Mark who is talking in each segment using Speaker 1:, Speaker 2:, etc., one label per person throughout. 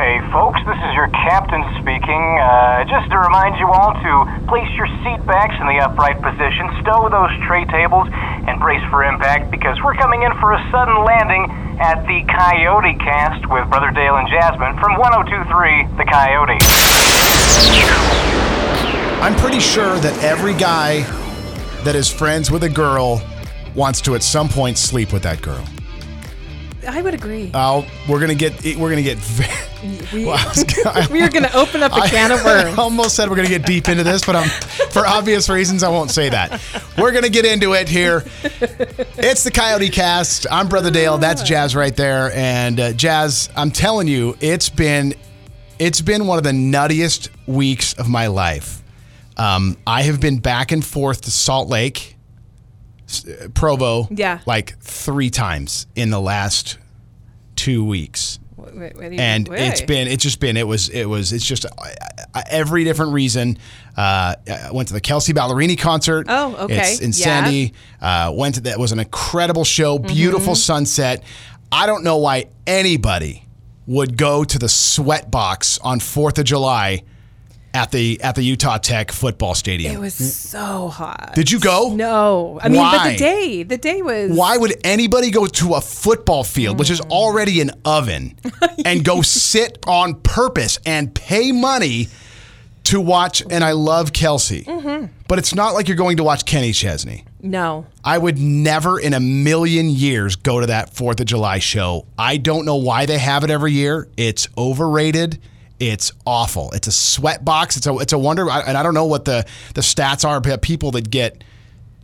Speaker 1: Hey, folks, this is your captain speaking. Uh, just to remind you all to place your seat backs in the upright position, stow those tray tables, and brace for impact because we're coming in for a sudden landing at the Coyote Cast with Brother Dale and Jasmine from 1023 The Coyote.
Speaker 2: I'm pretty sure that every guy that is friends with a girl wants to at some point sleep with that girl.
Speaker 3: I would agree.
Speaker 2: Oh, we're gonna get we're gonna get.
Speaker 3: we,
Speaker 2: Well, I was gonna-
Speaker 3: we are going to open up a can of
Speaker 2: I
Speaker 3: worms.
Speaker 2: almost said we're going to get deep into this, but i for obvious reasons, I won't say that. We're going to get into it here. It's the Coyote Cast. I'm Brother Dale. That's Jazz right there. And uh, Jazz, I'm telling you, it's been it's been one of the nuttiest weeks of my life. Um, I have been back and forth to Salt Lake, s- uh, Provo,
Speaker 3: Yeah.
Speaker 2: like three times in the last two weeks
Speaker 3: Wait, wait, what do you-
Speaker 2: and
Speaker 3: wait.
Speaker 2: it's been it's just been it was it was it's just uh, uh, every different reason. Uh, I went to the Kelsey Ballerini concert.
Speaker 3: Oh, okay.
Speaker 2: It's in
Speaker 3: Yeah. Mm-hmm.
Speaker 2: Sandy. Uh, went to that was an incredible show. Beautiful sunset. I don't know why anybody would go to the sweat box on Fourth of July at the at the Utah Tech football stadium.
Speaker 3: It was so hot.
Speaker 2: Mm. Did you go?
Speaker 3: No. I mean, but
Speaker 2: Why?
Speaker 3: the day, the day was.
Speaker 2: Why would anybody go to a football field, which is already an oven, and go sit on purpose and pay money to watch? And I love Kelsey, but it's not like you're going to watch Kenny Chesney.
Speaker 3: No.
Speaker 2: I would never in a million years go to that 4th of July show. I don't know why they have it every year. It's overrated. It's awful. It's a sweat box. It's a it's a wonder I- and I don't know what the the stats are but people that get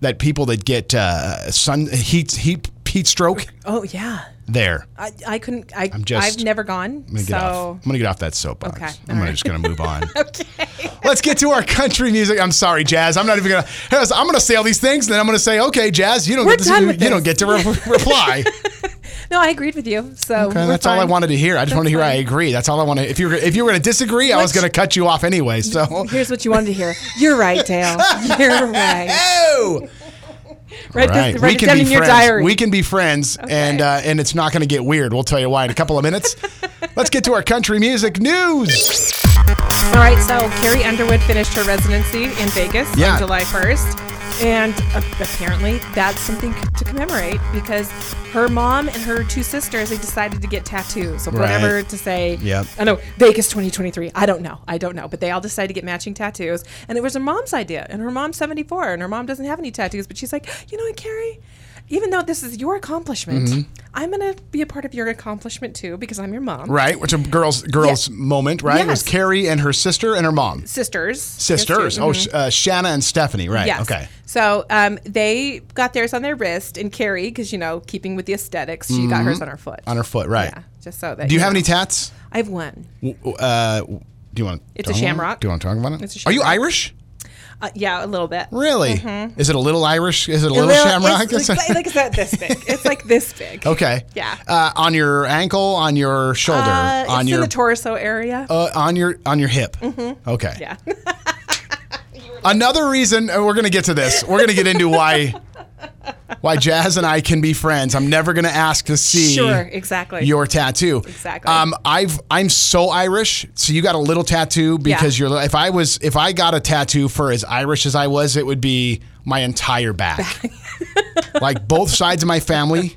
Speaker 2: that people that get uh, sun heat heat heat stroke
Speaker 3: Oh, yeah.
Speaker 2: there.
Speaker 3: I, I couldn't. I,
Speaker 2: I'm just-
Speaker 3: I've never gone.
Speaker 2: I'm gonna get off.
Speaker 3: So.
Speaker 2: I'm gonna get off that soapbox.
Speaker 3: Okay,
Speaker 2: I'm
Speaker 3: all right.
Speaker 2: just gonna move on.
Speaker 3: Okay.
Speaker 2: Let's get to our country music. I'm sorry, Jazz. I'm not even gonna. I'm gonna say all these things, and then I'm gonna say, okay, Jazz, you don't
Speaker 3: We're
Speaker 2: get to,
Speaker 3: done with
Speaker 2: you don't
Speaker 3: this.
Speaker 2: get to re- reply.
Speaker 3: No, I agreed with you. So.
Speaker 2: Okay,
Speaker 3: we're
Speaker 2: that's all I
Speaker 3: fine.
Speaker 2: wanted to hear. I just want to hear I agree. That's all I want to. If you were, if you were going to disagree, I was
Speaker 3: Let's-
Speaker 2: going to cut you off anyway. So.
Speaker 3: Here's what you wanted to hear. You're right, Dale. You're right.
Speaker 2: Oh,
Speaker 3: Write,
Speaker 2: right.
Speaker 3: this, write it down in
Speaker 2: friends.
Speaker 3: your diary.
Speaker 2: We can be friends, and uh, and it's not going to get weird. We'll tell you why in a couple of minutes. Let's get to our country music news.
Speaker 3: All right, so Carrie Underwood finished her residency in Vegas
Speaker 2: Yeah.
Speaker 3: on July 1st. And uh, apparently, that's something c- to commemorate because her mom and her two sisters, they decided to get tattoos or whatever
Speaker 2: Right.
Speaker 3: to say.
Speaker 2: Yep.
Speaker 3: I know, Vegas 2023. I don't know. I don't know. But they all decided to get matching tattoos. And it was her mom's idea. And her mom's 74 and her mom doesn't have any tattoos. But she's like, you know what, Carrie? Even though this is your accomplishment, I'm going to be a part of your accomplishment too because I'm your mom.
Speaker 2: Mm-hmm. Right, which a girls girls moment. Right, it was
Speaker 3: Yes.
Speaker 2: Carrie and her sister and her mom,
Speaker 3: Sisters.
Speaker 2: sisters.
Speaker 3: Sisters.
Speaker 2: Oh, sh uh, Shanna and Stephanie. Right.
Speaker 3: Mm-hmm. Yes.
Speaker 2: Okay.
Speaker 3: So um, they got theirs on their wrist, and Carrie, because you know, keeping with the aesthetics, she got hers on her foot.
Speaker 2: Mm-hmm. On her foot. Right.
Speaker 3: yeah, just so that.
Speaker 2: Do you have
Speaker 3: know.
Speaker 2: any tats?
Speaker 3: I have one.
Speaker 2: W- w- Uh, do you want?
Speaker 3: It's a shamrock.
Speaker 2: Do you want to talk about it?
Speaker 3: It's a
Speaker 2: Are you
Speaker 3: shamrock.
Speaker 2: Irish?
Speaker 3: Uh, yeah, a little bit.
Speaker 2: Really? Is it a little Irish? Is it a little, shamrock?
Speaker 3: Mm-hmm.
Speaker 2: Oh,
Speaker 3: It's, like, like it's not this big. It's like this big.
Speaker 2: okay.
Speaker 3: Yeah.
Speaker 2: Uh, on your ankle, on your shoulder,
Speaker 3: Uh,
Speaker 2: on
Speaker 3: it's
Speaker 2: your
Speaker 3: in the torso area.
Speaker 2: uh, on your on your hip. Okay.
Speaker 3: yeah.
Speaker 2: Another reason and we're going to get to this. We're going to get into why why Jazz and I can be friends. I'm never going to ask to see
Speaker 3: Sure, exactly.
Speaker 2: your tattoo.
Speaker 3: Exactly.
Speaker 2: Um, I've I'm so Irish. So you got a little tattoo because you're. If I was if I got a tattoo for as Irish as I was, it would be my entire back, like both sides of my family.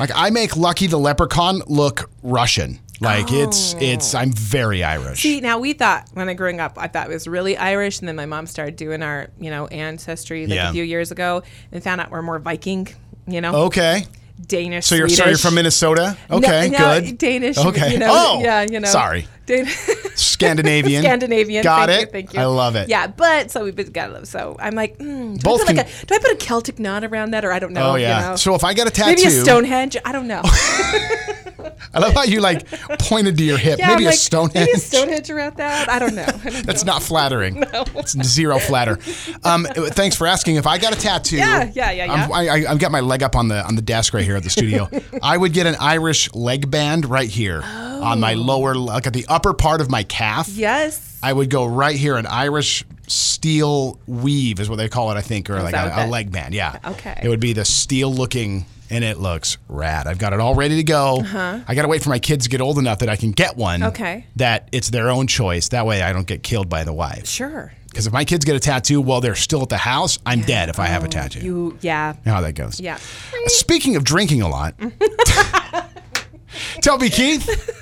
Speaker 2: Like I make Lucky the Leprechaun look Russian. Like it's it's I'm very Irish.
Speaker 3: Oh. See, now we thought when I growing up, I thought it was really Irish, and then my mom started doing our, you know, ancestry like
Speaker 2: Yeah.
Speaker 3: a few years ago, and found out we're more Viking, you know,
Speaker 2: okay.
Speaker 3: Danish.
Speaker 2: So you're so you're
Speaker 3: Swedish.
Speaker 2: from Minnesota.
Speaker 3: No,
Speaker 2: Okay,
Speaker 3: no,
Speaker 2: good.
Speaker 3: Danish.
Speaker 2: Okay.
Speaker 3: You know,
Speaker 2: oh,
Speaker 3: yeah, you know.
Speaker 2: Sorry.
Speaker 3: Dan-
Speaker 2: Scandinavian.
Speaker 3: Scandinavian.
Speaker 2: Got
Speaker 3: thank
Speaker 2: it.
Speaker 3: You, thank you.
Speaker 2: I love it.
Speaker 3: Yeah, but so we've been got love. So I'm like, mm, do,
Speaker 2: Both
Speaker 3: I put
Speaker 2: can-
Speaker 3: like a, do I put a Celtic knot around that, or I don't know?
Speaker 2: Oh yeah.
Speaker 3: You know?
Speaker 2: So if I got a tattoo,
Speaker 3: maybe a Stonehenge. I don't know.
Speaker 2: I love how you like pointed to your hip.
Speaker 3: Yeah,
Speaker 2: maybe,
Speaker 3: I'm
Speaker 2: a
Speaker 3: like,
Speaker 2: Stonehenge.
Speaker 3: Maybe a Stonehenge around that. I don't know. I don't
Speaker 2: That's
Speaker 3: know.
Speaker 2: not flattering. It's zero flatter. Um, thanks for asking. If I got a tattoo,
Speaker 3: Yeah, yeah, yeah,
Speaker 2: I'm,
Speaker 3: yeah.
Speaker 2: I, I, I've got my leg up on the on the desk right here at the studio. I would get an Irish leg band right here
Speaker 3: Oh.
Speaker 2: on my lower, like at the upper part of my calf.
Speaker 3: Yes.
Speaker 2: I would go right here an Irish steel weave is what they call it, I think, or like
Speaker 3: that what
Speaker 2: a, a
Speaker 3: that-
Speaker 2: leg band. Yeah.
Speaker 3: Okay.
Speaker 2: It would be the steel looking, and it looks rad. I've got it all ready to go. I got to wait for my kids to get old enough that I can get one.
Speaker 3: Uh-huh. Okay.
Speaker 2: That it's their own choice. That way I don't get killed by the wife.
Speaker 3: Sure.
Speaker 2: Because if my kids get a tattoo while they're still at the house, I'm dead if I have a tattoo. You
Speaker 3: Oh, You yeah.
Speaker 2: know how that goes.
Speaker 3: Yeah.
Speaker 2: Speaking of drinking a lot, tell me, Keith.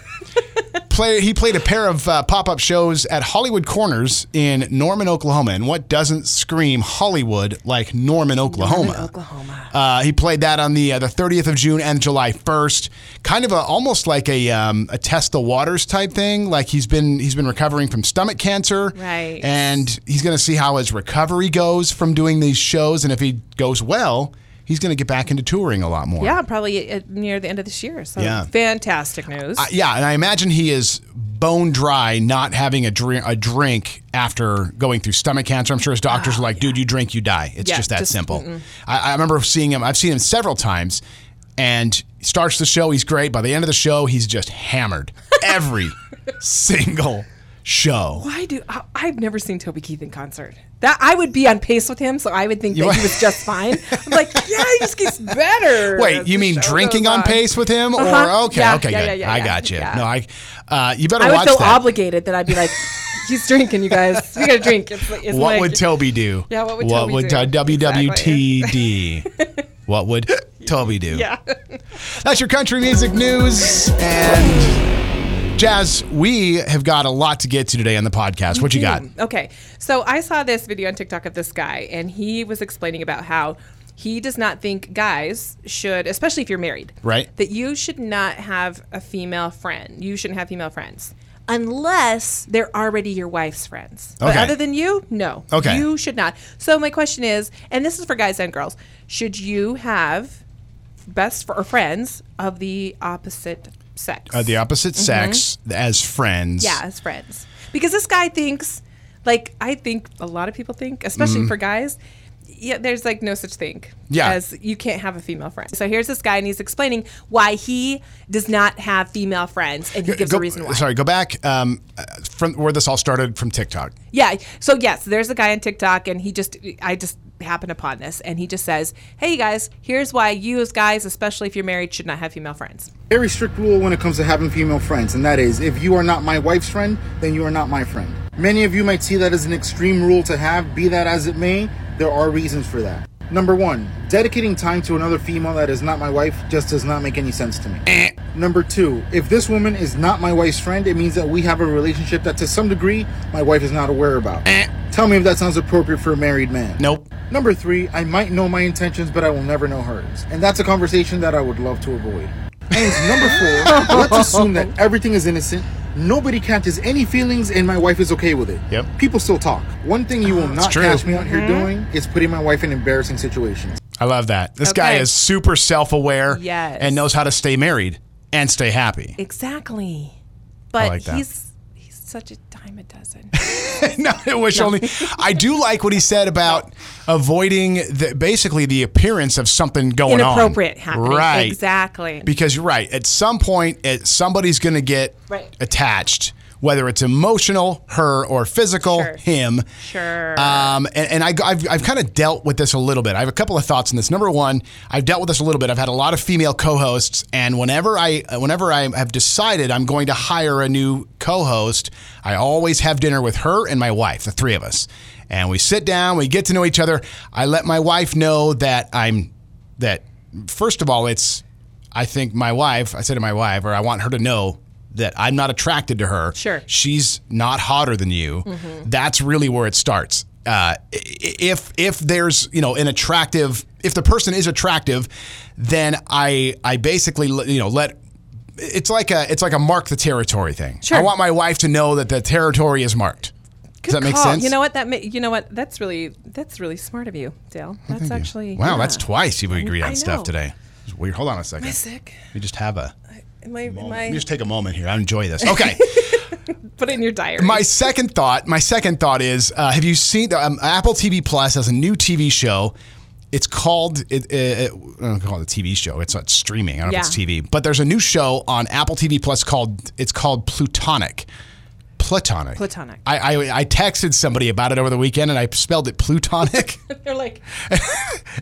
Speaker 2: Play, he played a pair of uh, pop up shows at Hollywood Corners in Norman, Oklahoma. And what doesn't scream Hollywood like Norman, Oklahoma?
Speaker 3: Oklahoma.
Speaker 2: Uh, he played that on the uh, the 30th of June and July 1st. Kind of a almost like a um, a test the waters type thing. Like he's been he's been recovering from stomach cancer,
Speaker 3: Right.
Speaker 2: And he's going to see how his recovery goes from doing these shows, and if he goes well, he's going to get back into touring a lot more.
Speaker 3: Yeah, probably at, near the end of this year. So
Speaker 2: Yeah.
Speaker 3: fantastic news.
Speaker 2: Uh, yeah, and I imagine he is bone dry, not having a drink, a drink after going through stomach cancer. I'm sure his doctors are like, "Dude, you drink, you die." It's
Speaker 3: Yeah,
Speaker 2: just that
Speaker 3: just-
Speaker 2: simple. I, I remember seeing him. I've seen him several times, and he starts the show. He's great. By the end of the show, he's just hammered every single show.
Speaker 3: I do. I, I've never seen Toby Keith in concert. That I would be on pace with him, so I would think that he was just fine. I'm like, yeah, he just gets better.
Speaker 2: Wait,
Speaker 3: as
Speaker 2: you
Speaker 3: the
Speaker 2: mean
Speaker 3: show
Speaker 2: drinking
Speaker 3: goes
Speaker 2: on pace with him,
Speaker 3: Uh-huh.
Speaker 2: or okay,
Speaker 3: Yeah,
Speaker 2: okay,
Speaker 3: yeah,
Speaker 2: good.
Speaker 3: yeah, yeah,
Speaker 2: I
Speaker 3: yeah,
Speaker 2: got you.
Speaker 3: yeah.
Speaker 2: No, I. Uh, you better
Speaker 3: I would
Speaker 2: watch
Speaker 3: feel
Speaker 2: that.
Speaker 3: obligated that I'd be like, he's drinking, you guys. We gotta drink. It's like, it's
Speaker 2: What
Speaker 3: like-
Speaker 2: would Toby do?
Speaker 3: Yeah, what would Toby do?
Speaker 2: uh, WWTD? what would Toby do?
Speaker 3: Yeah.
Speaker 2: That's your country music news and Jazz. We have got a lot to get to today on the podcast. What you got?
Speaker 3: Mm, Okay. So I saw this video on TikTok of this guy, and he was explaining about how he does not think guys should, especially if you're married,
Speaker 2: Right.
Speaker 3: that you should not have a female friend. You shouldn't have female friends unless they're already your wife's friends. But
Speaker 2: Okay.
Speaker 3: other than you, no.
Speaker 2: Okay.
Speaker 3: You should not. So my question is, and this is for guys and girls, should you have best fr- or friends of the opposite sex?
Speaker 2: Uh, the opposite sex as friends.
Speaker 3: Mm-hmm. Yeah, as friends. Because this guy thinks, like, I think a lot of people think, especially for guys, yeah, there's like no such thing
Speaker 2: Mm-hmm. Yeah.
Speaker 3: as you can't have a female friend. So here's this guy, and he's explaining why he does not have female friends, and he gives
Speaker 2: Go-
Speaker 3: a reason why.
Speaker 2: Sorry, go back um, uh, from where this all started from TikTok.
Speaker 3: Yeah. So yes, there's a guy on TikTok, and he just I just happened upon this, and he just says, "Hey you guys, here's why you as guys, especially if you're married, should not have female friends."
Speaker 4: very strict rule when it comes to having female friends, and that is if you are not my wife's friend, then you are not my friend. Many of you might see that as an extreme rule to have, be that as it may, there are reasons for that. Number one, dedicating time to another female that is not my wife just does not make any sense to me. Number two, if this woman is not my wife's friend, it means that we have a relationship that to some degree my wife is not aware about. Tell me if that sounds appropriate for a married man.
Speaker 2: Nope.
Speaker 4: Number three, I might know my intentions, but I will never know hers. And that's a conversation that I would love to avoid. And number four, let's assume that everything is innocent. Nobody catches any feelings, and my wife is okay with it.
Speaker 2: Yep.
Speaker 4: People still talk. One thing you will not
Speaker 2: true.
Speaker 4: catch me out here doing is putting my wife in embarrassing situations.
Speaker 2: I love that. This guy
Speaker 3: Okay.
Speaker 2: is super self aware
Speaker 3: Yes.
Speaker 2: and knows how to stay married and stay happy.
Speaker 3: Exactly. But
Speaker 2: like that.
Speaker 3: he's he's such a dime a dozen.
Speaker 2: no, I wish only. I do like what he said about avoiding the, basically the appearance of something going
Speaker 3: Inappropriate
Speaker 2: on.
Speaker 3: happening.
Speaker 2: Right.
Speaker 3: Exactly.
Speaker 2: Because you're right. At some point, it, somebody's going to get
Speaker 3: Right.
Speaker 2: attached, whether it's emotional, her, or physical,
Speaker 3: Sure.
Speaker 2: him.
Speaker 3: Sure.
Speaker 2: Um, and and I, I've, I've kind of dealt with this a little bit. I have a couple of thoughts on this. Number one, I've dealt with this a little bit. I've had a lot of female co-hosts, and whenever I whenever I have decided I'm going to hire a new co-host, I always have dinner with her and my wife, the three of us, and we sit down, we get to know each other. I let my wife know that I'm that first of all, it's I think my wife. I said to my wife, or I want her to know. That I'm not attracted to her
Speaker 3: Sure.
Speaker 2: she's not hotter than you.
Speaker 3: Mm-hmm.
Speaker 2: That's really where it starts. Uh, i- if if there's you know an attractive, if the person is attractive, then I I basically let- you know let. It's like a it's like a mark the territory thing.
Speaker 3: Sure.
Speaker 2: I want my wife to know that the territory is marked. Does that
Speaker 3: Good
Speaker 2: make
Speaker 3: call.
Speaker 2: sense?
Speaker 3: You know what? That ma- you know what? That's really that's really smart of you, Dale. That's actually
Speaker 2: Oh, wow,
Speaker 3: yeah.
Speaker 2: that's twice you've agreed
Speaker 3: I
Speaker 2: on stuff
Speaker 3: know.
Speaker 2: today. It's weird. Hold on a second.
Speaker 3: sick.
Speaker 2: We just have a.
Speaker 3: Am I, am
Speaker 2: Let
Speaker 3: I
Speaker 2: me just take a moment here. I enjoy this. Okay.
Speaker 3: put it in your diary?
Speaker 2: My second thought, my second thought is, uh, have you seen um, Apple TV Plus has a new TV show? It's called it, it, it, I don't call it a TV show. It's not streaming. I don't know if it's
Speaker 3: Yeah.
Speaker 2: TV, but there's a new show on Apple TV Plus called it's called Plutonic. platonic.
Speaker 3: Platonic.
Speaker 2: I, I I texted somebody about it over the weekend, and I spelled it plutonic.
Speaker 3: They're like,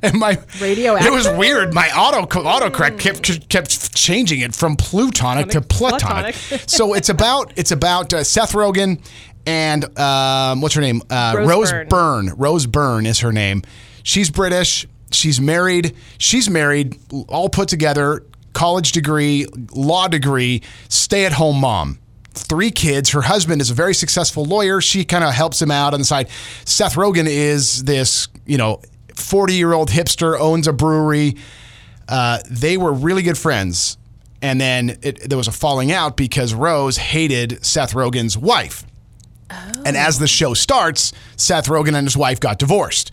Speaker 2: and my It
Speaker 3: Radioactive?
Speaker 2: was weird. My auto autocorrect kept kept changing it from plutonic to platonic.
Speaker 3: Platonic.
Speaker 2: so it's about it's about uh, Seth Rogen and um, what's her name? Uh,
Speaker 3: Rose
Speaker 2: Byrne.
Speaker 3: Byrne.
Speaker 2: Rose Byrne is her name. She's British. She's married. She's married. All put together. College degree, law degree, stay at home mom. Three kids. Her husband is a very successful lawyer. She kind of helps him out on the side. Seth Rogen is this, you know, 40 year old hipster, owns a brewery uh, they were really good friends. And then it, there was a falling out because Rose hated Seth Rogen's wife. And as the show starts, Seth Rogen and his wife got divorced.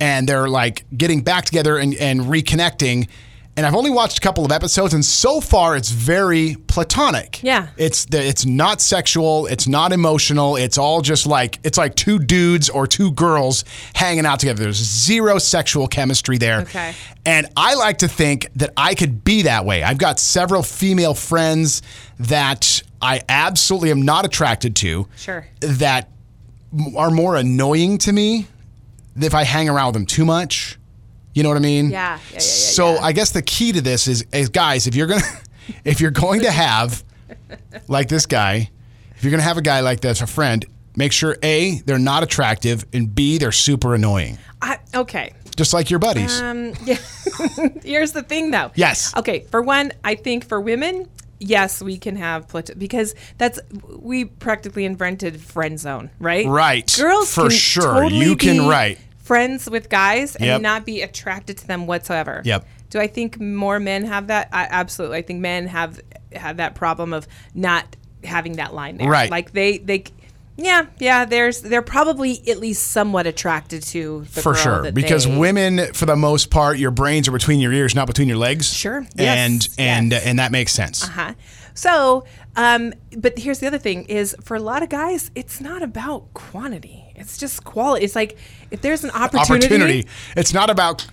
Speaker 2: And they're like getting back together and, and reconnecting. And I've only watched a couple of episodes, and so far it's very platonic.
Speaker 3: Yeah.
Speaker 2: It's the, it's not sexual, it's not emotional, it's all just like it's like two dudes or two girls hanging out together. There's zero sexual chemistry there.
Speaker 3: Okay.
Speaker 2: And I like to think that I could be that way. I've got several female friends that I absolutely am not attracted to.
Speaker 3: Sure.
Speaker 2: That m- are more annoying to me if I hang around with them too much. You know what I mean?
Speaker 3: Yeah, yeah, yeah, yeah,
Speaker 2: so
Speaker 3: yeah.
Speaker 2: I guess the key to this is, is guys, if you're gonna, if you're going to have, like this guy, if you're gonna have a guy like this, a friend, make sure a they're not attractive and b they're super annoying,
Speaker 3: I, okay.
Speaker 2: just like your buddies.
Speaker 3: Um, yeah. Here's the thing, though.
Speaker 2: Yes.
Speaker 3: Okay. For one, I think for women, yes, we can have plateau because that's we practically invented friend zone, right?
Speaker 2: Right.
Speaker 3: Girls,
Speaker 2: For
Speaker 3: can
Speaker 2: sure.
Speaker 3: totally
Speaker 2: You can-
Speaker 3: be
Speaker 2: right.
Speaker 3: Friends with guys and
Speaker 2: Yep.
Speaker 3: not be attracted to them whatsoever.
Speaker 2: Yep.
Speaker 3: Do I think more men have that? I, absolutely. I think men have have that problem of not having that line there.
Speaker 2: Right.
Speaker 3: Like they they. Yeah, yeah. There's they're probably at least somewhat attracted to the
Speaker 2: for
Speaker 3: girl
Speaker 2: sure
Speaker 3: that
Speaker 2: because
Speaker 3: they-
Speaker 2: women for the most part your brains are between your ears not between your legs
Speaker 3: Sure. Yes.
Speaker 2: and and
Speaker 3: Yes.
Speaker 2: and that makes sense
Speaker 3: Uh-huh. So, um, but here's the other thing is for a lot of guys, it's not about quantity. It's just quality. It's like if there's an opportunity.
Speaker 2: opportunity it's not about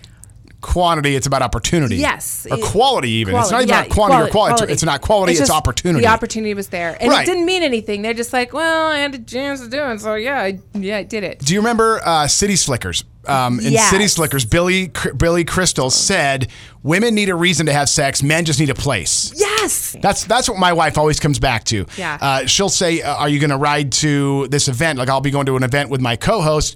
Speaker 2: quantity it's about opportunity
Speaker 3: Yes.
Speaker 2: or
Speaker 3: It-
Speaker 2: quality even it's not even
Speaker 3: yeah,
Speaker 2: about quantity or quality, It's, it's not quality it's,
Speaker 3: just
Speaker 2: opportunity
Speaker 3: The opportunity was there. And
Speaker 2: Right.
Speaker 3: it didn't mean anything. They're just like, well, I had a chance to do it. So, yeah, I, yeah, I did it.
Speaker 2: do you remember uh, city slickers um, in
Speaker 3: Yes.
Speaker 2: city slickers billy Cr- billy crystal said women need a reason to have sex men just need a place
Speaker 3: Yes.
Speaker 2: That's that's what my wife always comes back to.
Speaker 3: Yeah.
Speaker 2: Uh, she'll say, uh, "Are you going to ride to this event?" Like I'll be going to an event with my co-host,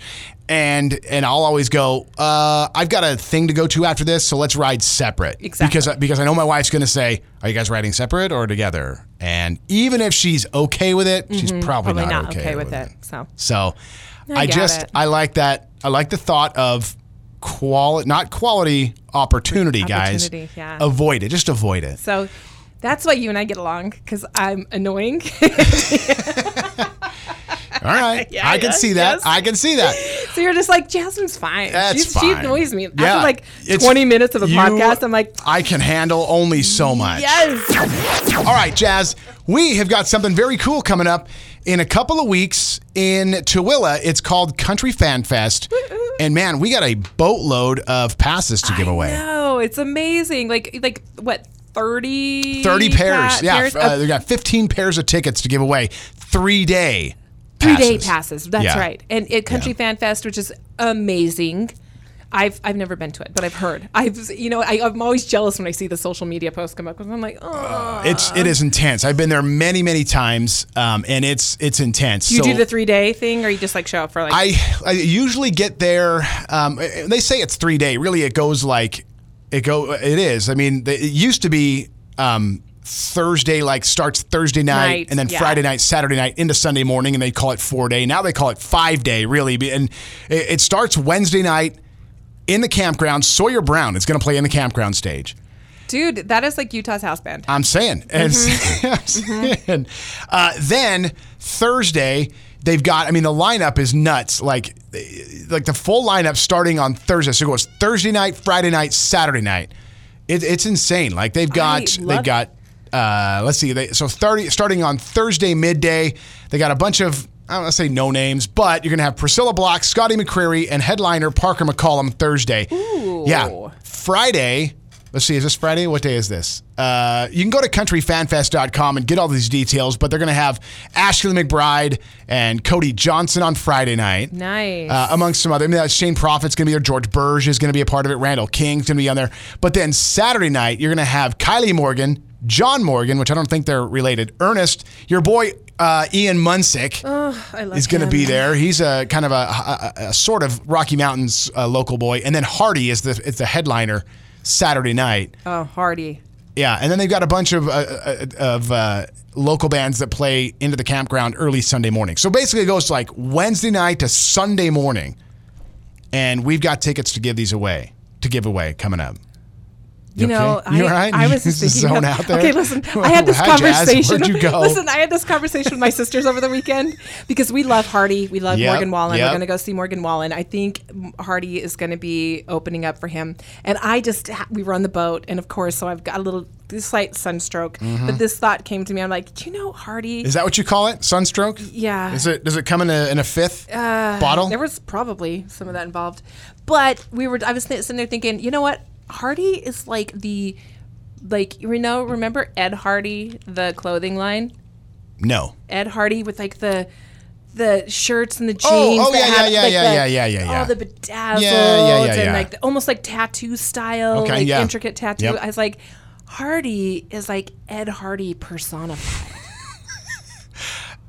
Speaker 2: and and I'll always go, uh, "I've got a thing to go to after this, so let's ride separate."
Speaker 3: Exactly.
Speaker 2: Because because I know my wife's going to say, "Are you guys riding separate or together?" And even if she's okay with it, she's probably,
Speaker 3: Mm-hmm. Probably
Speaker 2: not,
Speaker 3: not okay, with it. So,
Speaker 2: So I,
Speaker 3: I got
Speaker 2: just
Speaker 3: it.
Speaker 2: I like that. I like the thought of quality, not quality, opportunity, guys.
Speaker 3: Opportunity, yeah.
Speaker 2: Avoid it. Just avoid it.
Speaker 3: so that's why you and I get along because I'm annoying.
Speaker 2: All right.
Speaker 3: Yeah,
Speaker 2: I can
Speaker 3: yes,
Speaker 2: see that.
Speaker 3: yes.
Speaker 2: I can see that.
Speaker 3: So you're just like Jasmine's fine.
Speaker 2: That's
Speaker 3: She's,
Speaker 2: fine.
Speaker 3: She annoys me.
Speaker 2: Yeah.
Speaker 3: After like
Speaker 2: It's-
Speaker 3: 20 minutes of a
Speaker 2: you-
Speaker 3: podcast, I'm like,
Speaker 2: I can handle only so much.
Speaker 3: yes.
Speaker 2: All right, Jazz, we have got something very cool coming up in a couple of weeks in Tooele. It's called Country Fan Fest. And man, we got a boatload of passes to give away.
Speaker 3: No, it's amazing. Like like what 30
Speaker 2: 30 pairs.
Speaker 3: pa-
Speaker 2: yeah,
Speaker 3: pairs
Speaker 2: uh,
Speaker 3: of
Speaker 2: they got 15 pairs of tickets to give away. 3-day passes.
Speaker 3: three-day passes. That's
Speaker 2: Yeah.
Speaker 3: right. And at Country Fan Fest, which is amazing. I've, I've never been to it, but I've heard. I've you know I, I'm always jealous when I see the social media posts come up because I'm like, oh.
Speaker 2: It's it is intense. I've been there many many times, um, and it's it's intense.
Speaker 3: you
Speaker 2: so,
Speaker 3: do the three day thing, or you just like show up for like
Speaker 2: I, I usually get there. Um, they say it's three day. Really, it goes like it go. It is. I mean, it used to be um, Thursday. Like starts Thursday night,
Speaker 3: Night,
Speaker 2: and then
Speaker 3: yeah.
Speaker 2: Friday night, Saturday night into Sunday morning, and they call it four day. Now they call it five day. Really, Be- and it, it starts Wednesday night in the campground. Sawyer Brown is going to play in the campground stage.
Speaker 3: dude, that is like Utah's house band.
Speaker 2: I'm saying. And I'm saying. Uh, then Thursday, they've got. I mean, the lineup is nuts. Like, eh, like the full lineup starting on Thursday. So it goes Thursday night, Friday night, Saturday night. It, it's insane. Like they've got. They've
Speaker 3: love-
Speaker 2: got. Uh, let's see. They, so thirty starting on Thursday midday, they got a bunch of. I don't want to say no names, but you're going to have Priscilla Block, Scotty McCreary, and headliner Parker McCollum Thursday. Yeah. Friday, Let's see, is this Friday? What day is this? Uh, you can go to countryfanfest.com and get all these details, but they're going to have Ashley McBride and Cody Johnson on Friday night.
Speaker 3: Nice.
Speaker 2: Uh, amongst some other. I mean, that's Shane Prophet's going to be there. George Burge is going to be a part of it. Randall King's going to be on there. But then Saturday night, you're going to have Kylie Morgan, John Morgan, which I don't think they're related, Ernest, your boy uh, Ian Munsick
Speaker 3: I love
Speaker 2: is going to
Speaker 3: him.
Speaker 2: be there. He's a kind of a, a, a sort of Rocky Mountains uh, local boy, and then Hardy is the is the headliner Saturday night.
Speaker 3: Oh, Hardy.
Speaker 2: Yeah, and then they've got a bunch of uh, uh, of uh, local bands that play into the campground early Sunday morning. So basically, it goes like Wednesday night to Sunday morning, and we've got tickets to give these away to give away coming up.
Speaker 3: You
Speaker 2: You
Speaker 3: know,
Speaker 2: okay? You
Speaker 3: I,
Speaker 2: all right?
Speaker 3: I was
Speaker 2: You
Speaker 3: just
Speaker 2: just
Speaker 3: thinking.
Speaker 2: zone
Speaker 3: of-
Speaker 2: out there?
Speaker 3: Okay, listen. I had this
Speaker 2: Wow, Jazz,
Speaker 3: conversation.
Speaker 2: where'd you go?
Speaker 3: Listen, I had this conversation with my sisters over the weekend because we love Hardy. We love
Speaker 2: Yep,
Speaker 3: Morgan Wallen.
Speaker 2: yep.
Speaker 3: We're going to go see Morgan Wallen. I think Hardy is going to be opening up for him. And I just we were on the boat, and of course, so I've got a little slight sunstroke.
Speaker 2: Mm-hmm.
Speaker 3: But this thought came to me. I'm like, do you know Hardy?
Speaker 2: Is that what you call it? Sunstroke?
Speaker 3: Yeah. Uh,
Speaker 2: Is it? Does it come in a in a fifth bottle?
Speaker 3: There was probably some of that involved, but we were. I was th- sitting there thinking, you know what? Hardy is like the, like you know, remember Ed Hardy, the clothing line.
Speaker 2: no.
Speaker 3: Ed Hardy with like the, the shirts and the jeans.
Speaker 2: Oh, oh,
Speaker 3: that
Speaker 2: yeah, yeah,
Speaker 3: had,
Speaker 2: yeah,
Speaker 3: like,
Speaker 2: yeah,
Speaker 3: the-
Speaker 2: yeah, yeah, yeah, yeah.
Speaker 3: All the bedazzled
Speaker 2: Yeah, yeah, yeah, yeah.
Speaker 3: and like the, almost like tattoo style,
Speaker 2: Okay,
Speaker 3: like
Speaker 2: yeah.
Speaker 3: intricate tattoo.
Speaker 2: Yep.
Speaker 3: I was like, Hardy is like Ed Hardy personified.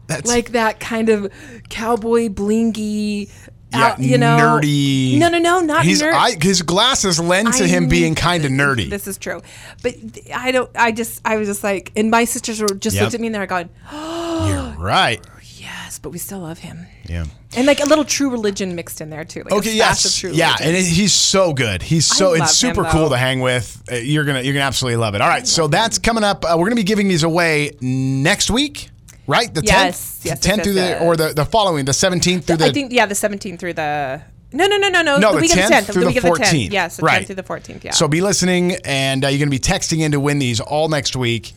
Speaker 2: That's
Speaker 3: like that kind of cowboy blingy,
Speaker 2: yeah,
Speaker 3: out, you know,
Speaker 2: nerdy.
Speaker 3: No, no, no, not
Speaker 2: He's,
Speaker 3: nerd.
Speaker 2: I, his glasses lend to
Speaker 3: I
Speaker 2: him being
Speaker 3: kn-
Speaker 2: kind of nerdy.
Speaker 3: This is true, but th- I don't. I just, I was just like, and my sisters were just
Speaker 2: Yep.
Speaker 3: looked at me and they're going,
Speaker 2: You're right.
Speaker 3: yes, but we still love him,
Speaker 2: Yeah.
Speaker 3: and like a little True Religion mixed in there too. Like a
Speaker 2: Okay.
Speaker 3: splash
Speaker 2: Yes.
Speaker 3: of True
Speaker 2: Yeah.
Speaker 3: Religion.
Speaker 2: And it, he's so good. He's so
Speaker 3: love
Speaker 2: it's
Speaker 3: him,
Speaker 2: super
Speaker 3: though.
Speaker 2: cool to hang with. Uh, You're gonna you're gonna absolutely love it. All right. So that's coming up. Uh, we're gonna be giving these away next week, right? The
Speaker 3: Yes, yes,
Speaker 2: the 10th
Speaker 3: yes,
Speaker 2: through
Speaker 3: yes,
Speaker 2: the or the, the following the 17th through the.
Speaker 3: I think yeah, the 17th through the no, no, no, no, no,
Speaker 2: No,
Speaker 3: the
Speaker 2: the
Speaker 3: week of
Speaker 2: 10th
Speaker 3: the 10th
Speaker 2: through the
Speaker 3: week of the
Speaker 2: 14th.
Speaker 3: Yes, the
Speaker 2: Right.
Speaker 3: 10th through the 14th. Yeah.
Speaker 2: So be listening, and uh, you're going to be texting in to win these all next week.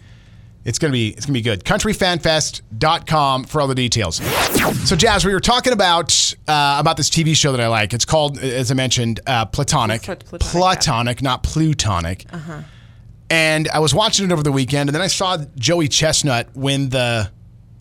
Speaker 2: It's going to be it's going to be good. Countryfanfest.com for all the details. So Jazz, we were talking about uh, about this TV show that I like. It's called, as I mentioned, uh, Platonic.
Speaker 3: Plat- Platonic, yeah. Uh-huh.
Speaker 2: Platonic, not plutonic. And I was watching it over the weekend, and then I saw Joey Chestnut win the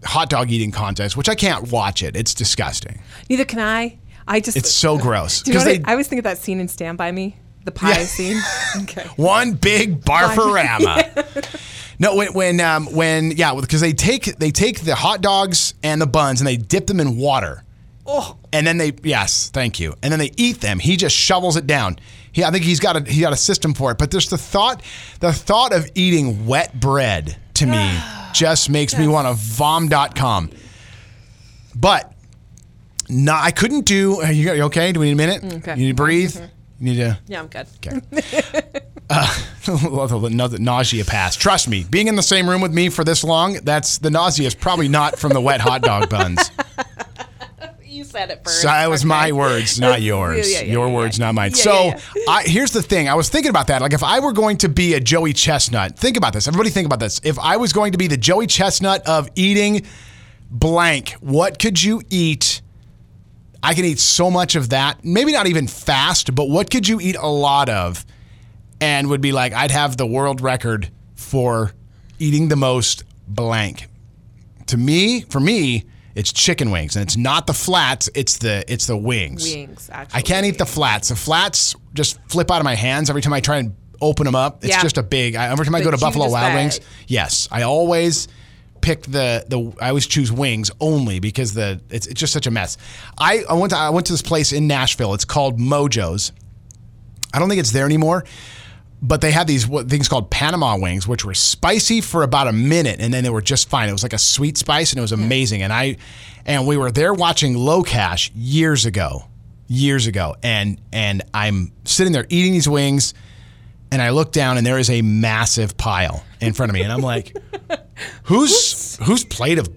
Speaker 2: hot dog eating contest, which I can't watch it. It's disgusting.
Speaker 3: neither can I. I just
Speaker 2: It's so gross
Speaker 3: Do you know what
Speaker 2: they-
Speaker 3: I, I always think of that scene in Stand by Me, the pie
Speaker 2: Yeah.
Speaker 3: scene. Okay.
Speaker 2: one big barfarama. No, when when um, when yeah, because they take they take the hot dogs and the buns and they dip them in water. Oh. And then they yes, thank you. And then they eat them. He just shovels it down. He, I think he's got a he got a system for it. But there's the thought the thought of eating wet bread to me just makes me want to vom.com. But no, I couldn't do. You, got- you okay? Do we need a minute?
Speaker 3: okay.
Speaker 2: You need to breathe. You need to.
Speaker 3: Yeah, I'm good.
Speaker 2: another nausea pass. Trust me, being in the same room with me for this long, that's the nausea is probably not from the wet hot dog buns.
Speaker 3: You said it first.
Speaker 2: So that was
Speaker 3: Okay.
Speaker 2: my words, not yours.
Speaker 3: yeah, yeah,
Speaker 2: Your
Speaker 3: yeah,
Speaker 2: words,
Speaker 3: yeah.
Speaker 2: not mine.
Speaker 3: Yeah,
Speaker 2: so
Speaker 3: yeah,
Speaker 2: I, here's the thing. I was thinking about that. Like if I were going to be a Joey Chestnut, think about this. Everybody think about this. If I was going to be the Joey Chestnut of eating blank, what could you eat? I can eat so much of that. Maybe not even fast, but what could you eat a lot of? And would be like, I'd have the world record for eating the most blank to me, for me, it's chicken wings, and it's not the flats. It's the it's the wings.
Speaker 3: Wings,
Speaker 2: I can't eat the flats. The flats just flip out of my hands every time I try and open them up. It's
Speaker 3: Yeah.
Speaker 2: just a big. I, every time I
Speaker 3: But
Speaker 2: go to
Speaker 3: you
Speaker 2: Buffalo
Speaker 3: just
Speaker 2: Wild
Speaker 3: buy-
Speaker 2: Wings, yes, I always pick the the. I always choose wings only because the it's, it's just such a mess. I, I went to I went to this place in Nashville. It's called Mojo's. I don't think it's there anymore. But they had these what, things called Panama wings, which were spicy for about a minute, and then they were just fine. It was like a sweet spice, and it was amazing. And I, and we were there watching Low Cash years ago, years ago, and and I'm sitting there eating these wings, and I look down, and there is a massive pile in front of me, and I'm like, who's whose plate of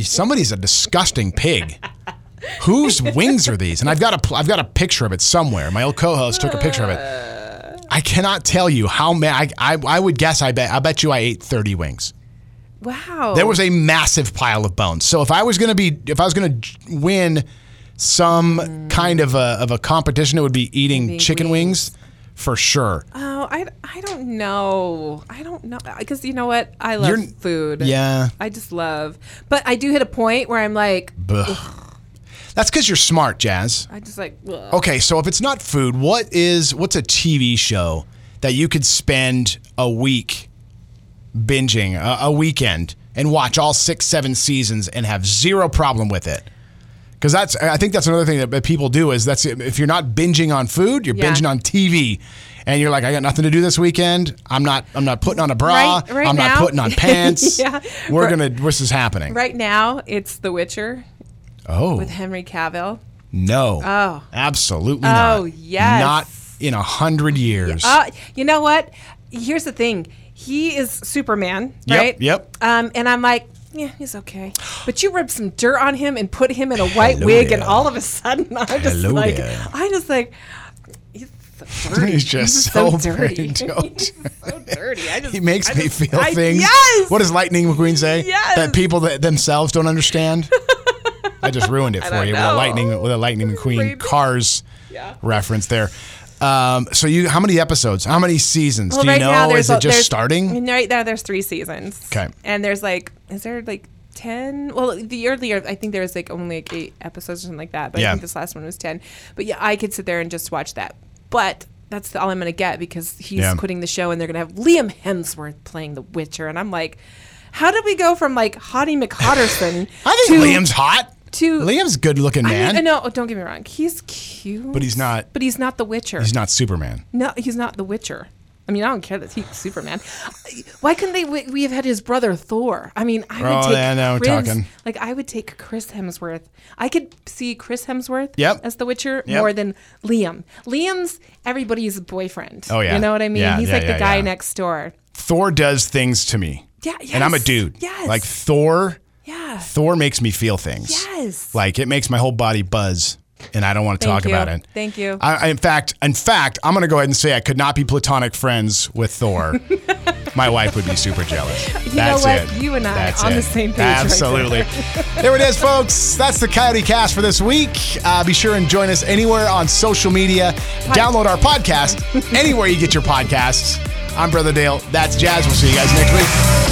Speaker 2: somebody's a disgusting pig whose wings are these? And I've got a pl- I've got a picture of it somewhere. My old co-host took a picture of it. I cannot tell you how many. I, I I would guess. I bet. I bet you I ate thirty wings.
Speaker 3: Wow.
Speaker 2: There was a massive pile of bones. So if I was gonna be, if I was gonna j- win some kind of a of a competition, it would be eating chicken wings. for sure.
Speaker 3: Oh, I, I don't know. I don't know because you know what? I love
Speaker 2: You're-
Speaker 3: food.
Speaker 2: yeah.
Speaker 3: I just love. But I do hit a point where I'm like,
Speaker 2: Ugh. That's because you're smart, Jazz.
Speaker 3: I just like. ugh.
Speaker 2: Okay, so if it's not food, what is what's a TV show that you could spend a week binging a, a weekend and watch all six, seven seasons and have zero problem with it? Because that's I think that's another thing that- that people do is that's if you're not binging on food, you're
Speaker 3: Yeah.
Speaker 2: binging on TV. And you're like, I got nothing to do this weekend. I'm not. I'm not putting on a bra.
Speaker 3: Right- right
Speaker 2: I'm not
Speaker 3: now-
Speaker 2: putting on pants.
Speaker 3: Yeah.
Speaker 2: we're
Speaker 3: Right-
Speaker 2: gonna. This is happening.
Speaker 3: Right now, it's The Witcher
Speaker 2: Oh,
Speaker 3: with Henry Cavill.
Speaker 2: No.
Speaker 3: Oh.
Speaker 2: Absolutely not.
Speaker 3: Oh, yes.
Speaker 2: Not in a hundred years.
Speaker 3: Uh, you know what? Here's the thing. He is Superman,
Speaker 2: Yep,
Speaker 3: right?
Speaker 2: yep.
Speaker 3: Um, and I'm like, yeah, he's okay. But you rub some dirt on him and put him in a white
Speaker 2: Hello
Speaker 3: wig,
Speaker 2: there.
Speaker 3: and all of a sudden, I'm just
Speaker 2: Hello
Speaker 3: like,
Speaker 2: there.
Speaker 3: I'm just like, he's so dirty.
Speaker 2: He's just
Speaker 3: so
Speaker 2: so,
Speaker 3: dirty.
Speaker 2: brain
Speaker 3: He's
Speaker 2: choked.
Speaker 3: so dirty. I just,
Speaker 2: He makes
Speaker 3: I
Speaker 2: me
Speaker 3: just-
Speaker 2: feel
Speaker 3: I-
Speaker 2: things.
Speaker 3: Yes.
Speaker 2: What does Lightning McQueen say?
Speaker 3: Yes.
Speaker 2: That people that themselves don't understand. I just ruined it for
Speaker 3: don't
Speaker 2: you with a
Speaker 3: know.
Speaker 2: Lightning with a Lightning McQueen
Speaker 3: Creepy.
Speaker 2: Cars
Speaker 3: Yeah.
Speaker 2: reference there. Um, so you, how many episodes? How many seasons?
Speaker 3: Well,
Speaker 2: Do you
Speaker 3: right
Speaker 2: know?
Speaker 3: now there's
Speaker 2: Is it
Speaker 3: a-
Speaker 2: just
Speaker 3: there's- I
Speaker 2: starting?
Speaker 3: mean, right now there's three seasons.
Speaker 2: 'Kay.
Speaker 3: And there's like, is there like ten? Well, the earlier I think there was like only like eight episodes or something like that. But
Speaker 2: Yeah.
Speaker 3: I think this last one was ten. But yeah, I could sit there and just watch that. But that's the, all I'm gonna get because he's
Speaker 2: Yeah.
Speaker 3: quitting the show and they're gonna have Liam Hemsworth playing The Witcher, and I'm like. How did we go from like Hottie McHotterson?
Speaker 2: I think Liam's hot.
Speaker 3: to-
Speaker 2: Liam's a good looking
Speaker 3: I mean,
Speaker 2: man.
Speaker 3: no, don't get me wrong. He's cute,
Speaker 2: But he's not-
Speaker 3: But he's not The Witcher.
Speaker 2: He's not Superman.
Speaker 3: No, he's not the Witcher. I mean, I don't care that he's Superman. Why couldn't they? We, we have had his brother Thor. I mean, I would
Speaker 2: Oh,
Speaker 3: take
Speaker 2: yeah, now we're
Speaker 3: Chris,
Speaker 2: talking.
Speaker 3: like I would take Chris Hemsworth. I could see Chris Hemsworth
Speaker 2: Yep.
Speaker 3: as the Witcher
Speaker 2: Yep.
Speaker 3: more than Liam. Liam's everybody's boyfriend.
Speaker 2: Oh, yeah.
Speaker 3: you know what I mean.
Speaker 2: Yeah,
Speaker 3: he's
Speaker 2: yeah,
Speaker 3: like
Speaker 2: yeah,
Speaker 3: the guy
Speaker 2: yeah.
Speaker 3: next door.
Speaker 2: Thor does things to me.
Speaker 3: Yeah,
Speaker 2: And I'm a
Speaker 3: yes,
Speaker 2: dude.
Speaker 3: yes.
Speaker 2: Like Thor.
Speaker 3: Yeah.
Speaker 2: Thor makes me feel things.
Speaker 3: Yes.
Speaker 2: Like it makes my whole body buzz, and I don't want to
Speaker 3: Thank
Speaker 2: talk
Speaker 3: you.
Speaker 2: about it.
Speaker 3: Thank you.
Speaker 2: I, I- in fact, in fact, I'm gonna go ahead and say I could not be platonic friends with Thor. my wife would be super jealous. That's
Speaker 3: what?
Speaker 2: it.
Speaker 3: You and I
Speaker 2: That's
Speaker 3: on the
Speaker 2: it.
Speaker 3: same page right there.
Speaker 2: Absolutely. there it is, folks. That's the Coyote Cast for this week. Uh, be sure and join us anywhere on social media. Download our podcast anywhere you get your podcasts. I'm Brother Dale. That's Jazz. We'll see you guys next week.